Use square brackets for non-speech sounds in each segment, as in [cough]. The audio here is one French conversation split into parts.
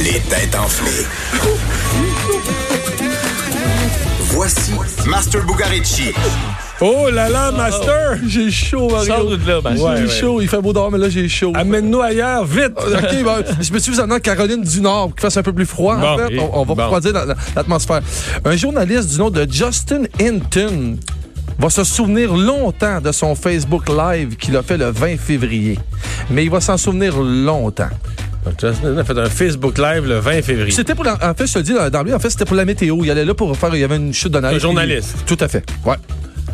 Les têtes enflées. Voici Master Bugarici. Oh là là, Master! Oh. J'ai chaud, Mario. Sors-nous de là, Master. J'ai Ouais, chaud. Il fait beau dehors, mais là, j'ai chaud. Amène-nous ailleurs, vite! OK, ben, je me suis dit, vous en Caroline du Nord, pour qu'il fasse un peu plus froid. en Bon, fait. et- on, on va bon. refroidir la- la- l'atmosphère. Un journaliste du nom de Justin Hinton va se souvenir longtemps de son Facebook Live qu'il a fait le 20 février. Mais il va s'en souvenir longtemps. Donc, Justin a fait un Facebook Live le 20 février. C'était pour la, en fait, je te le dis dans, dans lui, en fait, c'était pour la météo. Il allait là pour faire, il y avait une chute de neige. Un journaliste. Puis- Tout à fait. Ouais.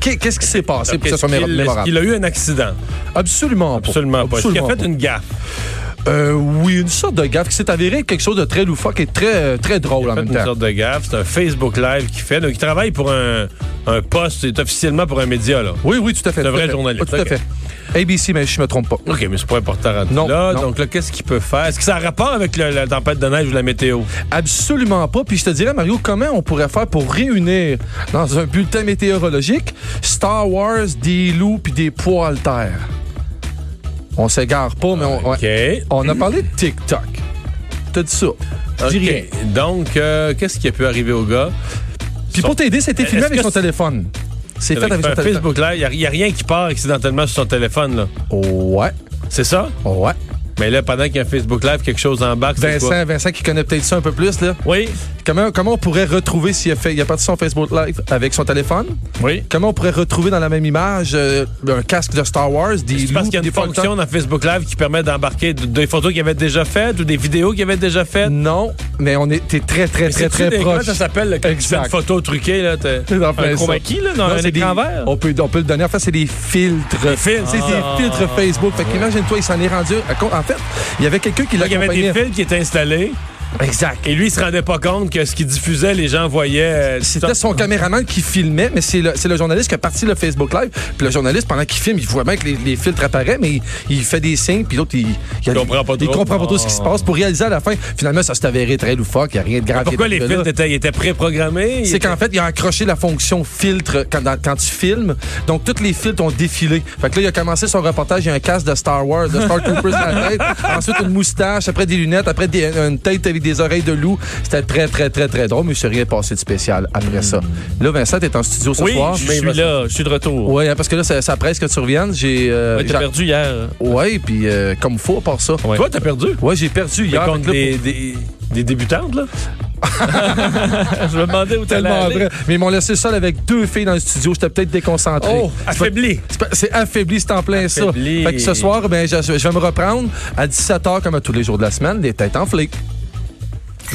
Qu'est- Qu'est-ce qui s'est passé pour que ce soit Est-ce qu'il- est-ce mémorable? qu'il a eu un accident? Absolument pas. Absolument pas. Est-ce qu'il a fait une gaffe? Euh, oui, une sorte de gaffe qui s'est avérée quelque chose de très loufoque et très, euh, très drôle en fait même une temps. sorte de gaffe. C'est un Facebook Live qu'il fait. Donc, il travaille pour un, un poste. C'est officiellement pour un média, là. Oui, oui, tout à fait. C'est un tout vrai à fait. journaliste, Tout à ok. fait. ABC, mais je me trompe pas. OK, mais c'est pas important rendu Non, là. non. Donc, là, qu'est-ce qu'il peut faire? Est-ce que ça a rapport avec le- la tempête de neige ou la météo? Absolument pas. Puis je te dirais, Mario, comment on pourrait faire pour réunir dans un bulletin météorologique Star Wars, des loups puis des poids à terre? On s'égare pas, mais on, OK. on a parlé de TikTok. Je te dis ça. Je dis OK. rien. Donc, euh, qu'est-ce qui a pu arriver au gars? Puis pour t'aider, c'était filmé Est-ce avec que son c'est- téléphone. C'est fait Donc, avec il son fait un téléphone. Facebook Live. Il n'y a, rien qui part accidentellement sur son téléphone, là. Ouais, C'est ça? ouais. Mais là, pendant qu'il y a un Facebook Live, quelque chose embarque. c'est quoi? Vincent, Vincent qui connaît peut-être ça un peu plus, là. Oui. Comment, comment on pourrait retrouver s'il a fait, il a parti son Facebook Live avec son téléphone? Oui. Comment on pourrait retrouver dans la même image euh, un casque de Star Wars, des C'est loups, parce qu'il y a des une fonction fonctions? dans Facebook Live qui permet d'embarquer d- des photos qu'il avait déjà faites ou des vidéos qu'il avait déjà faites. Non, mais on est t'es très très très très C'est-tu des- proche. [laughs] comment ça s'appelle, là, quand tu fais Exact. une photo truquée, [laughs] là. t'as- C'est dans plein ça. Un chroma key, là, dans Non, un c'est écran des- Oh, vert. On peut, on peut le donner. En fait, c'est des filtres. filtres. C'est Ah. des filtres Facebook. Fait qu'imagine-toi, il s'en est rendu. à co- En fait, il y avait quelqu'un qui Là, Il y avait l'accompagnait. des fils qui étaient installés. Exact. Et lui, il se rendait pas compte que ce qu'il diffusait, les gens voyaient. euh, C'était son caméraman qui filmait, mais c'est le, c'est le journaliste qui a parti le Facebook Live. Puis le journaliste, pendant qu'il filme, il voit bien que les, les filtres apparaissent, mais il, il fait des signes, puis l'autre, il, il, a- comprend pas il trop. Ah. comprend pas trop ce qui se passe. Pour réaliser à la fin, finalement, ça s'est avéré très loufoque, il n'y a rien de grave. Pourquoi qui est les arrivé là. filtres étaient, ils étaient préprogrammés? Ils C'est étaient- qu'en fait, il a accroché la fonction filtre quand, dans- quand tu filmes. Donc, tous les filtres ont défilé. Fait que là, il a commencé son reportage. Il y a un casque de Star Wars, de Star Troopers sur la tête. Ensuite, une moustache, après des lunettes, après des- une tête avec des oreilles de loup. C'était très, très, très, très drôle, mais il s'est rien passé de spécial après ça. Là, Vincent, t'es en studio ce Oui, soir. je suis là, je suis de retour. Oui, parce que là, ça, ça presse que tu reviennes. J'ai. euh, Ouais, J'ai j'a- perdu hier. ouais, puis euh, comme faut, à part ça. Ouais. Toi, t'as perdu. Ouais, j'ai perdu Mais hier. contre Fait que là, des, des- des [laughs] débutantes, là. Je me demandais où t'allais Tellement aller. vrai. Mais ils m'ont laissé seul avec deux filles dans le studio. J'étais peut-être déconcentré. Oh. affaibli. C'est pas- C'est affaibli, c'est en plein Affaibli. ça. Fait que ce soir, ben, je, je vais me reprendre à 17h comme à tous les jours de la semaine, des têtes enflées.